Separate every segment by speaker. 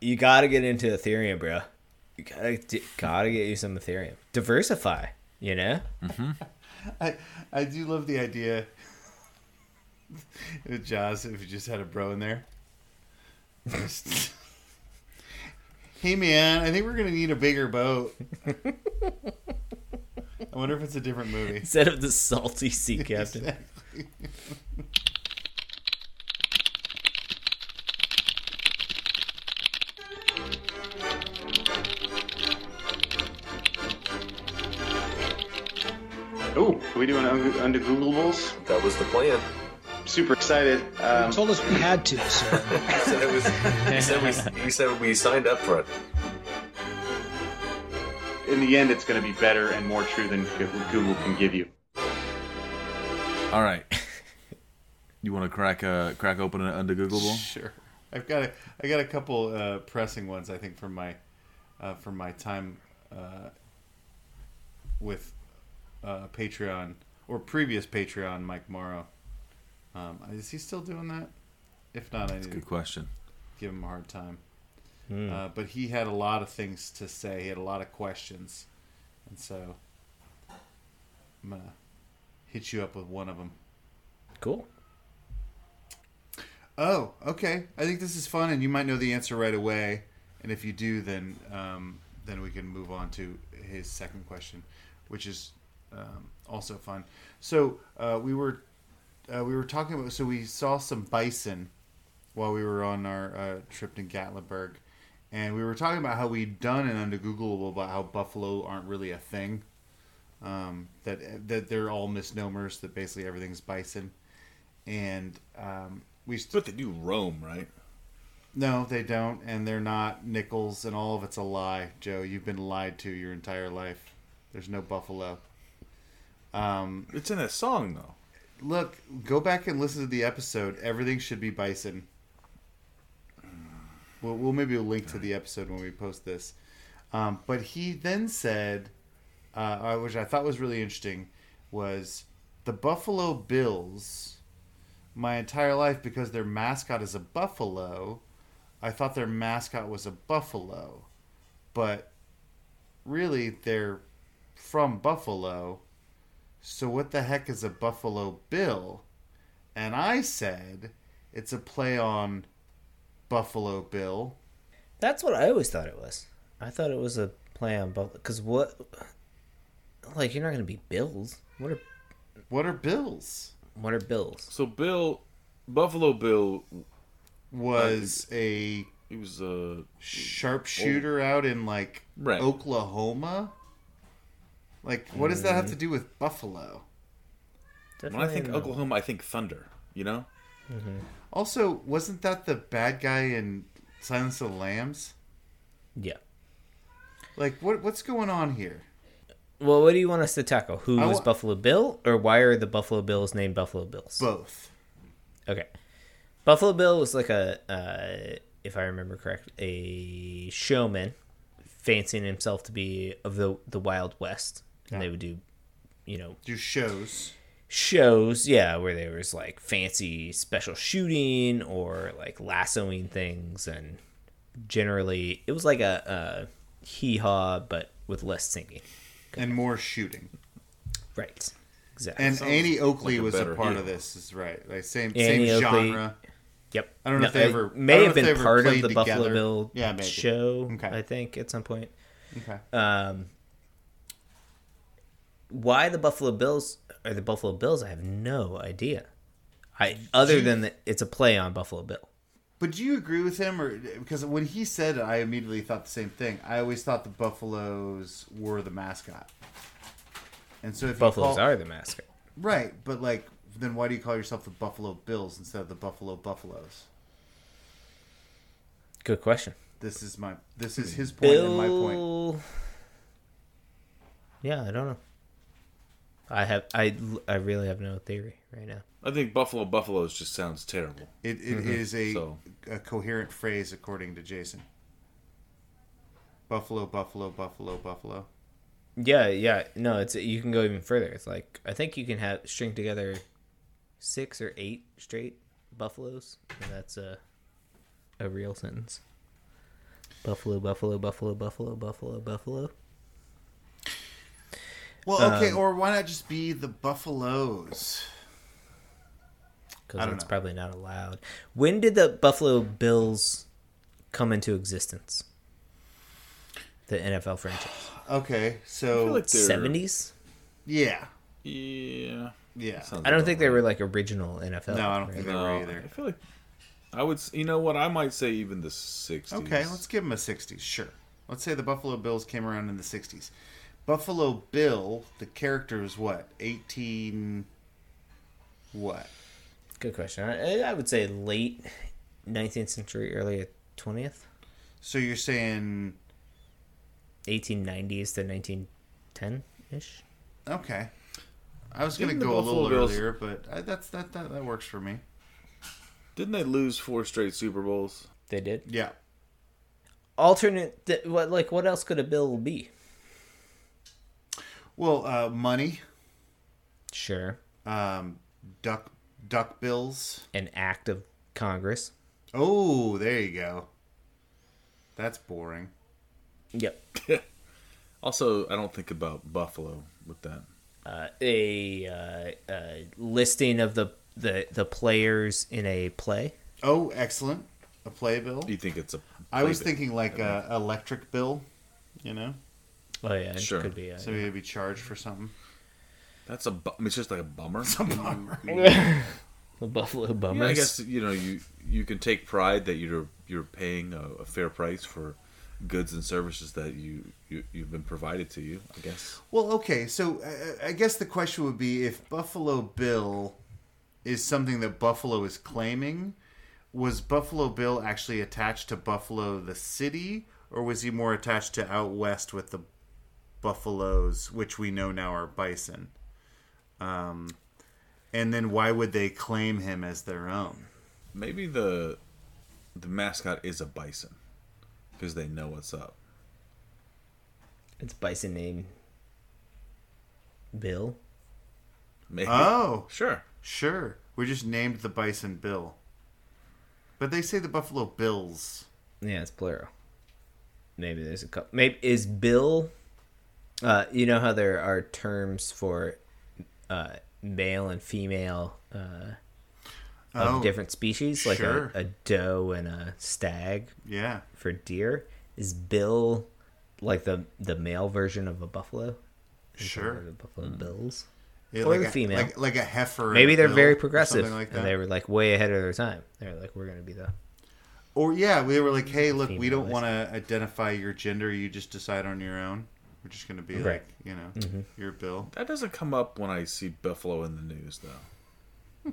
Speaker 1: You got to get into Ethereum, bro. You gotta d- gotta get you some Ethereum. Diversify, you know.
Speaker 2: Mm.
Speaker 3: I, I do love the idea. With Jaws, if you just had a bro in there. Just- hey man, I think we're gonna need a bigger boat. I wonder if it's a different movie.
Speaker 1: Instead of the salty sea captain.
Speaker 3: Exactly.
Speaker 4: Oh, we doing un- under Googleables?
Speaker 5: That was the plan.
Speaker 4: Super excited. Um,
Speaker 6: You told us we had to, so
Speaker 5: He said, it was, he, said we, he said we signed up for it.
Speaker 4: in the end, it's going to be better and more true than Google can give you.
Speaker 2: All right. You want to crack uh, crack open an undergoogleable?
Speaker 3: Sure. I've got a, I got a couple uh, pressing ones I think from my uh, from my time uh, with uh, Patreon or previous Patreon Mike Morrow. Um, is he still doing that? If not, I need to
Speaker 2: Good question.
Speaker 3: give him a hard time. Uh, but he had a lot of things to say. He had a lot of questions, and so I'm gonna hit you up with one of them.
Speaker 1: Cool.
Speaker 3: Oh, okay. I think this is fun, and you might know the answer right away. And if you do, then um, then we can move on to his second question, which is um, also fun. So uh, we were uh, we were talking about. So we saw some bison while we were on our uh, trip to Gatlinburg, and we were talking about how we'd done an under Googleable about how buffalo aren't really a thing. Um, that that they're all misnomers. That basically everything's bison, and um, we
Speaker 2: But they do roam, right?
Speaker 3: no, they don't, and they're not nickels, and all of it's a lie, Joe. You've been lied to your entire life. There's no buffalo. Um,
Speaker 2: It's in that song though.
Speaker 3: look, go back and listen to the episode. Everything should be bison. We'll, we'll maybe link to the episode when we post this. Um, but he then said, uh, I- which I thought was really interesting, was the Buffalo Bills. My entire life, because their mascot is a buffalo, I thought their mascot was a buffalo, but really they're from Buffalo. So what the heck is a Buffalo Bill? And I said it's a play on Buffalo Bill.
Speaker 1: That's what I always thought it was. I thought it was a play on both. Because what? Like you're not gonna be bills. What are
Speaker 3: What are bills?
Speaker 1: what are bills?
Speaker 2: So Bill, Buffalo Bill,
Speaker 3: Was a
Speaker 2: he was uh
Speaker 3: sharpshooter out in like
Speaker 2: Right.
Speaker 3: Oklahoma. Like, what does that have to do with Buffalo?
Speaker 2: when I think
Speaker 1: Definitely not.
Speaker 2: Oklahoma, I think thunder. You know,
Speaker 3: Also, wasn't that the bad guy in Silence of the Lambs?
Speaker 1: Yeah.
Speaker 3: Like, what what's going on here?
Speaker 1: Well, what do you want us to tackle? Who
Speaker 3: I
Speaker 1: was
Speaker 3: wa-
Speaker 1: Buffalo Bill, or why are the Buffalo Bills named Buffalo Bills?
Speaker 3: Both.
Speaker 1: Okay. Buffalo Bill was like a, uh, if I remember correct, a showman fancying himself to be of the the Wild West, and they would do, you know,
Speaker 3: Do shows.
Speaker 1: shows, yeah, where there was like fancy special shooting or like lassoing things, and generally it was like a, a hee haw, but with less singing.
Speaker 3: And more shooting.
Speaker 1: Right. Exactly.
Speaker 3: And Annie Oakley
Speaker 2: like a
Speaker 3: was a
Speaker 2: better
Speaker 3: part
Speaker 2: heel.
Speaker 3: of this, is right. Like same
Speaker 1: Annie
Speaker 3: same
Speaker 1: Oakley-
Speaker 3: genre.
Speaker 1: Yep.
Speaker 3: I don't know if they
Speaker 1: it
Speaker 3: ever- I
Speaker 1: may
Speaker 3: don't
Speaker 1: have
Speaker 3: know if they
Speaker 1: been
Speaker 3: ever
Speaker 1: part of
Speaker 3: played
Speaker 1: the Buffalo
Speaker 3: together.
Speaker 1: Bill
Speaker 3: Yeah, maybe.
Speaker 1: show.
Speaker 3: Okay.
Speaker 1: I think at some point.
Speaker 3: Okay.
Speaker 1: Um, why the Buffalo Bills are the Buffalo Bills? I have no idea. I other than that, it's a play on Buffalo Bill.
Speaker 3: But do you agree with him, or because when he said it, I immediately thought the same thing. I always thought the Buffaloes were the mascot, and so if
Speaker 1: Buffaloes
Speaker 3: you call,
Speaker 1: are the mascot.
Speaker 3: right, but like then why do you call yourself the Buffalo Bills instead of the Buffalo Buffaloes?
Speaker 1: Good question.
Speaker 3: This is my this is his point and my point.
Speaker 1: Bill. Yeah, I don't know. I have I I really have no theory right now.
Speaker 2: I think Buffalo Buffaloes just sounds terrible.
Speaker 3: It it is a
Speaker 2: Mm-hmm. So-
Speaker 3: a coherent phrase according to Jason. Buffalo, Buffalo, Buffalo, Buffalo.
Speaker 1: Yeah, yeah. No, it's you can go even further. It's like I think you can have string together six or eight straight buffaloes, and that's a a real sentence. Buffalo, Buffalo, Buffalo, Buffalo, Buffalo, Buffalo.
Speaker 3: Well,
Speaker 2: Um,
Speaker 3: okay, or why not just be the Buffaloes? I
Speaker 1: Because
Speaker 3: don't
Speaker 1: that's
Speaker 3: know.
Speaker 1: probably not allowed. When did the Buffalo Bills come into existence? The NFL franchise.
Speaker 3: Okay, so
Speaker 2: feel like they're-
Speaker 1: Seventies.
Speaker 3: yeah,
Speaker 2: Yeah.
Speaker 3: yeah.
Speaker 2: Sounds
Speaker 1: I don't
Speaker 2: about
Speaker 1: think they were like original NFL.
Speaker 3: No, I don't
Speaker 1: right?
Speaker 3: think they
Speaker 2: No,
Speaker 3: were either.
Speaker 2: I feel like I would. s- You know what? I might say even the '60s.
Speaker 3: Okay, let's give them a 60s. Sure. Let's say the Buffalo Bills came around in the 60s. Buffalo Bill, the character is what? 18 what?
Speaker 1: Good question. I, I would say late nineteenth century, early twentieth,
Speaker 3: So you're saying
Speaker 1: eighteen nineties to nineteen ten ish.
Speaker 3: okay. I was going
Speaker 2: Didn't
Speaker 3: to
Speaker 2: the
Speaker 3: go a little
Speaker 2: Buffalo Bills-
Speaker 3: earlier, but I, that's that, that that works for me.
Speaker 2: Didn't they lose four straight Super Bowls?
Speaker 1: They did
Speaker 3: Yeah.
Speaker 1: alternate. Th- what like what else could a bill be?
Speaker 3: Well, uh, money,
Speaker 1: Sure,
Speaker 3: um, duck duck bills.
Speaker 1: an act of Congress.
Speaker 3: Oh, there you go. That's boring.
Speaker 1: Yep.
Speaker 2: Also, I don't think about Buffalo with that.
Speaker 1: a uh, uh, listing of the, the the players in a play.
Speaker 3: Oh, excellent. A play bill.
Speaker 2: You think it's a?
Speaker 3: I was
Speaker 2: playbill.
Speaker 3: thinking like a electric bill, you know,
Speaker 1: Oh yeah, it
Speaker 2: Sure.
Speaker 1: could be. A,
Speaker 3: so he'd be charged for something. Mm.
Speaker 2: that's a. Bu- I mean, it's just like a bummer.
Speaker 1: the Buffalo
Speaker 2: Yeah,
Speaker 1: Bummers.
Speaker 2: I guess you know you you can take pride that you're you're paying a, a fair price for goods and services that you, you you've been provided to you. I guess.
Speaker 3: Well, okay, so uh, I, I guess the question would be if Buffalo Bill is something that Buffalo is claiming, was Buffalo Bill actually attached to Buffalo the city, or was he more attached to out west with the buffaloes, which we know now are bison? Um, and then why would they claim him as their own?
Speaker 2: Maybe the the mascot is a bison because they know what's up.
Speaker 1: it's Bison name. Bill.
Speaker 2: Maybe.
Speaker 3: Oh,
Speaker 2: Sure.
Speaker 3: Sure. We just named the bison Bill. But they say the Buffalo Bills.
Speaker 1: Yeah, it's plural. Maybe there's a couple. Maybe is Bill. Uh, you know how there are terms for uh, male and female uh, of
Speaker 3: Oh.
Speaker 1: different species, like
Speaker 3: sure.
Speaker 1: a, a doe and a stag.
Speaker 3: Yeah.
Speaker 1: for deer is bill like the the male version of a buffalo Or the
Speaker 3: Sure.
Speaker 1: buffalo bills
Speaker 3: Yeah,
Speaker 1: Or
Speaker 3: like
Speaker 1: the
Speaker 3: a,
Speaker 1: female.
Speaker 3: Like, like a heifer. and
Speaker 1: maybe
Speaker 3: a
Speaker 1: they're
Speaker 3: bill
Speaker 1: very
Speaker 3: or
Speaker 1: progressive
Speaker 3: something like
Speaker 1: and they
Speaker 3: that.
Speaker 1: were like way ahead of their time they're like we're gonna be the
Speaker 3: Or, yeah, we were like, hey, look, we don't
Speaker 1: Female
Speaker 3: want to identify your gender. You just decide on your own. We're just going to be
Speaker 1: Right.
Speaker 3: like, you know,
Speaker 1: Mm-hmm.
Speaker 3: your Bill.
Speaker 2: That doesn't come up when I see buffalo in the news though.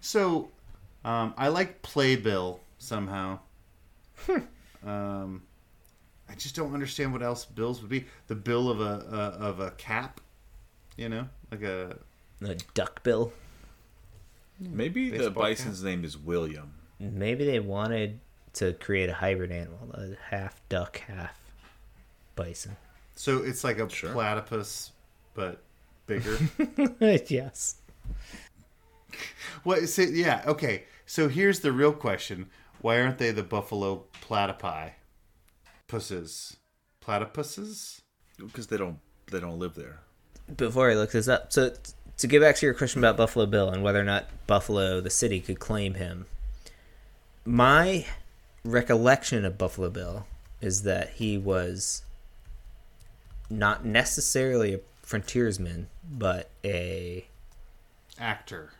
Speaker 3: So um, I like Playbill somehow.
Speaker 1: Hmm.
Speaker 3: um, I just don't understand what else bills would be. The bill of a, a of a cap, you know, like a
Speaker 1: the duck bill
Speaker 2: Maybe the
Speaker 3: Hmm. Baseball cap.
Speaker 2: bison's name is William.
Speaker 1: maybe they wanted to create a hybrid animal a half duck half bison
Speaker 3: So it's like a
Speaker 2: Sure.
Speaker 3: platypus, but bigger.
Speaker 1: yes
Speaker 3: what? So, yeah. Okay. So here's the real question: Why aren't they the buffalo platypi? Pusses, platypuses.
Speaker 2: because they don't they don't live there.
Speaker 1: before i look this up so t- to get back to your question about buffalo bill and whether or not buffalo the city could claim him my recollection of Buffalo Bill is that he was not necessarily a frontiersman, but a
Speaker 3: Actor,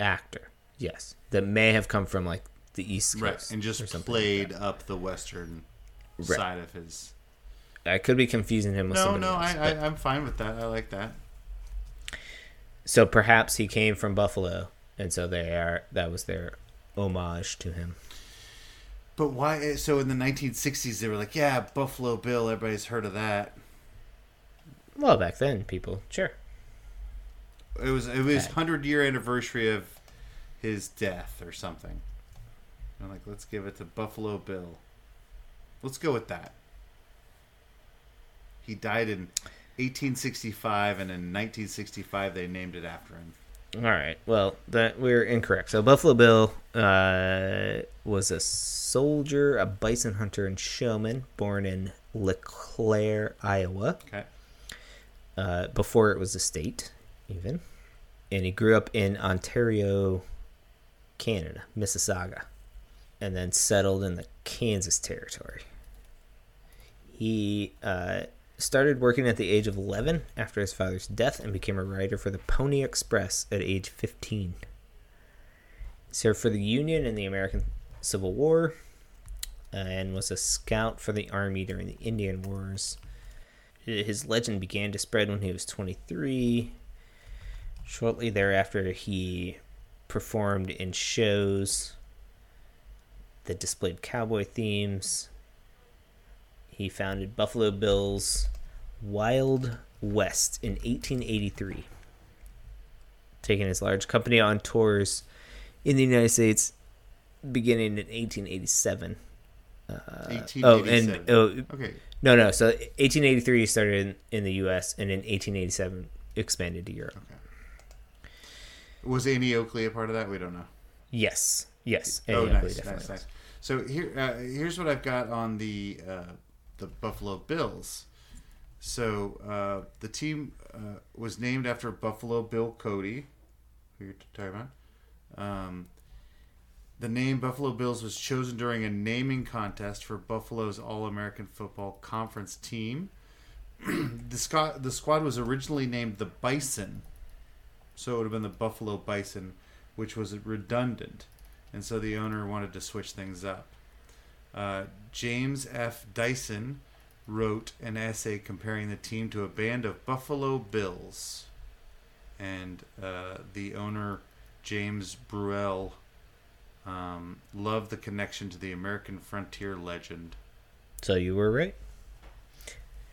Speaker 1: actor. Yes, that may have come from like the East Coast,
Speaker 3: right? And
Speaker 1: or
Speaker 3: just
Speaker 1: something like
Speaker 3: played up the western
Speaker 1: Right.
Speaker 3: side of his.
Speaker 1: that. I could be confusing him with
Speaker 3: No,
Speaker 1: somebody
Speaker 3: no,
Speaker 1: else.
Speaker 3: I,
Speaker 1: but-
Speaker 3: I, I'm fine with that. I like that.
Speaker 1: So perhaps he came from Buffalo, and so they are that was their homage to him.
Speaker 3: But why? So in the 1960s, they were like, "Yeah, Buffalo Bill. Everybody's heard of that."
Speaker 1: Well, back then, people sure.
Speaker 3: It was it was hundred year anniversary of his death or something. I'm like, let's give it to Buffalo Bill. Let's go with that. He died in 1865, and in 1965 they named it after him.
Speaker 1: All right. Well, that we're incorrect. So Buffalo Bill uh, was a soldier, a bison hunter, and showman born in LeClaire, Iowa,
Speaker 3: Okay.
Speaker 1: uh, before it was a state, even. And he grew up in Ontario, Canada, Mississauga, and then settled in the Kansas Territory. He uh, started working at the age of 11 after his father's death and became a writer for the Pony Express at age 15. He served for the Union in the American Civil War uh, and was a scout for the Army during the Indian Wars. His legend began to spread when he was 23. Shortly thereafter, he performed in shows that displayed cowboy themes, he founded Buffalo Bills Wild West in 1883, taking his large company on tours in the United States beginning in 1887. Oh,
Speaker 3: 1887.
Speaker 1: and oh,
Speaker 3: okay.
Speaker 1: no, no. So 1883 he started in, in the U.S. and in 1887 expanded to Europe.
Speaker 3: Was Annie Oakley a part of that? We don't know.
Speaker 1: Yes, yes.
Speaker 3: oh,
Speaker 1: and yeah,
Speaker 3: nice,
Speaker 1: definitely was.
Speaker 3: nice, nice. So here, uh, here's what I've got on the uh, the Buffalo Bills. So uh, the team uh, was named after Buffalo Bill Cody, who you're talking about. Um, the name Buffalo Bills was chosen during a naming contest for Buffalo's All-American Football Conference team. the, squad, the squad was originally named the Bison, so it would have been the Buffalo Bison, which was redundant and so the owner wanted to switch things up. Uh, James F. Dyson wrote an essay comparing the team to a band of Buffalo Bills, and uh, the owner James Bruel um, loved the connection to the American frontier legend.
Speaker 1: So you were right.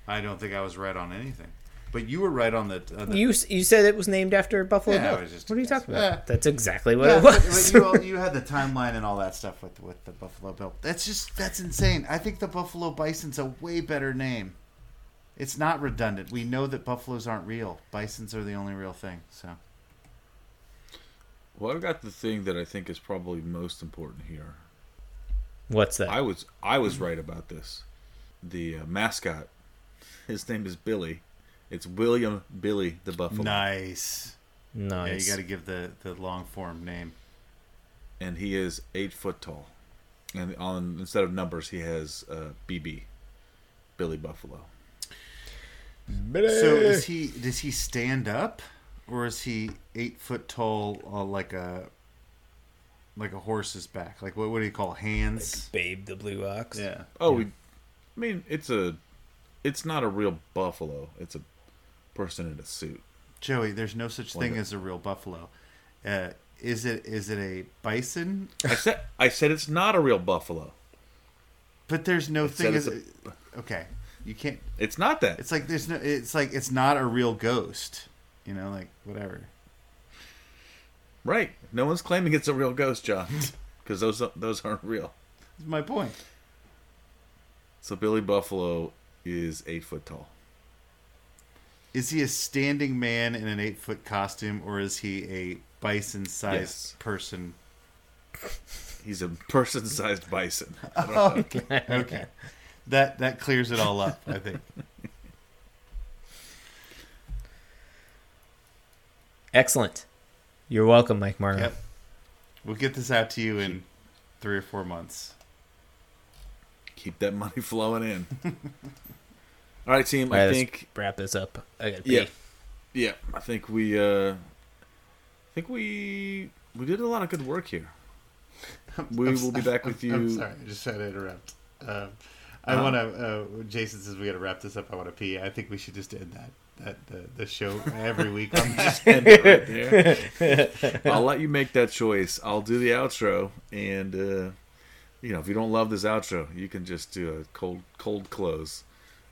Speaker 3: I don't think I was right on anything, but you were right on the. On the
Speaker 1: You s- you said it was named after Buffalo
Speaker 3: Yeah, I
Speaker 1: Bill.
Speaker 3: was just-
Speaker 1: what are you talking about?
Speaker 3: Yeah.
Speaker 1: That's exactly what
Speaker 3: Yeah,
Speaker 1: it
Speaker 3: but- but
Speaker 1: was.
Speaker 3: you, all, you had the timeline and all that stuff with with the Buffalo Bill. That's just that's insane. I think the Buffalo Bison's a way better name. It's not redundant. We know that buffaloes aren't real. Bisons are the only real thing. So
Speaker 2: Well, I've got the thing that I think is probably most important here.
Speaker 1: What's that?
Speaker 2: I was I was right about this. The uh, mascot, his name is Billy. It's William Billy the Buffalo,
Speaker 3: nice. Yeah,
Speaker 1: nice.
Speaker 3: you got to give the the long form name.
Speaker 2: and he is eight foot tall. And on instead of numbers, he has uh, BB, Billy Buffalo.
Speaker 3: So is he? Does he stand up, or is he eight foot tall, uh, like a like a horse's back? Like what? What do you call hands?
Speaker 1: Babe the Blue Ox.
Speaker 3: Yeah.
Speaker 2: Oh, we, I mean, it's a, it's not a real buffalo. It's a person in a suit.
Speaker 3: Joey, there's no such
Speaker 2: Wonder-
Speaker 3: thing as a real buffalo. Uh, is it is it a bison?
Speaker 2: I said I said it's not a real buffalo.
Speaker 3: But there's no thing
Speaker 2: it's
Speaker 3: as okay. You can't.
Speaker 2: It's not that.
Speaker 3: It's like there's no. It's like it's not a real ghost. You know, like whatever.
Speaker 2: right. No one's claiming it's a real ghost, John, because those those aren't real.
Speaker 3: That's my point.
Speaker 2: So Billy Buffalo is eight foot tall.
Speaker 3: Is he a standing man in an eight foot costume, or is he a bison sized
Speaker 2: Yes.
Speaker 3: person?
Speaker 2: He's a person-sized bison.
Speaker 3: Okay, okay. That that clears it all up. I think.
Speaker 1: Excellent. You're welcome, Mike Morrow.
Speaker 3: Yep. We'll get this out to you in three or four months.
Speaker 2: Keep that money flowing in. All right, team.
Speaker 1: All right,
Speaker 2: I
Speaker 1: let's
Speaker 2: think
Speaker 1: wrap this up. I gotta pee.
Speaker 2: yeah, yeah. I think we, uh, I think we we did a lot of good work here. We will be back with you. Uh-huh.
Speaker 3: I'm sorry, I just had to interrupt. Um, I want to. Uh, Jason says we got to wrap this up. I want to pee. I think we should just end that that the, the show every week. I'm just-
Speaker 2: end it right there. I'll let you make that choice. I'll do the outro, and uh, you know if you don't love this outro, you can just do a cold cold close,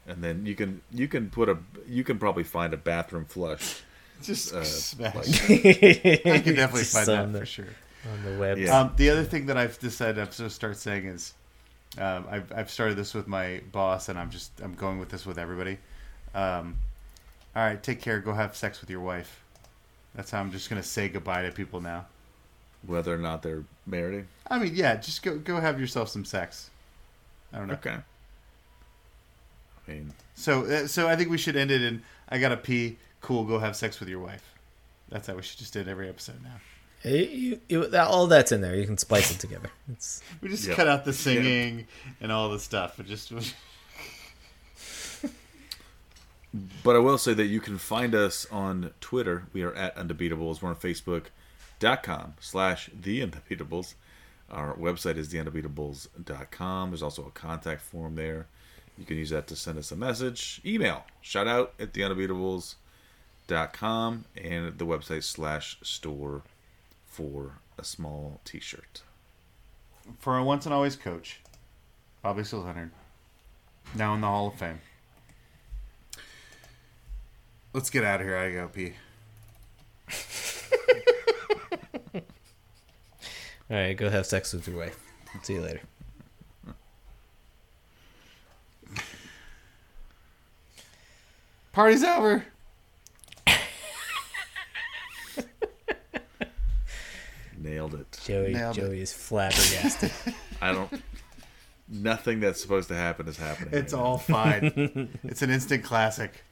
Speaker 2: and then you can you can put a you can probably find a bathroom flush.
Speaker 3: just
Speaker 2: Uh,
Speaker 3: smash.
Speaker 2: like-
Speaker 3: I can definitely
Speaker 1: Just
Speaker 3: find
Speaker 1: on the-
Speaker 3: that for sure.
Speaker 1: On the web.
Speaker 2: Yeah.
Speaker 3: Um, the other thing that I've decided I'm going to start saying is, um, I've, I've started this with my boss, and I'm just I'm going with this with everybody. Um, all right, take care. Go have sex with your wife. That's how I'm just gonna say goodbye to people now.
Speaker 2: whether or not they're married.
Speaker 3: I mean, yeah, just go go have yourself some sex. I don't know.
Speaker 2: Okay. I mean,
Speaker 3: So uh, so I think we should end it in I gotta pee. Cool, go have sex with your wife. That's how we should just end every episode now.
Speaker 1: It- you- you- that- all that's in there. You can splice it together. It's
Speaker 3: We just
Speaker 2: Yeah.
Speaker 3: cut out the singing and all the stuff. It just was
Speaker 2: but I will say that you can find us on Twitter. We are at Undebeatables. We're on Facebook.com slash The Undebeatables. Our website is TheUndebeatables.com. There's also a contact form there. You can use that to send us a message, email, shout out at TheUndebeatables.com, and the website slash store for a small t shirt.
Speaker 3: for a once and always coach, Bobby Hunter. Now in the Hall of Fame. Let's get out of here. I gotta pee.
Speaker 1: all right. Go have sex with your wife. See you later.
Speaker 3: Party's over.
Speaker 2: Nailed it.
Speaker 1: Joey.
Speaker 3: Nailed it.
Speaker 1: Joey is flabbergasted.
Speaker 2: I don't. Nothing that's supposed to happen is happening.
Speaker 3: It's
Speaker 2: right now.
Speaker 3: all fine. it's an instant classic.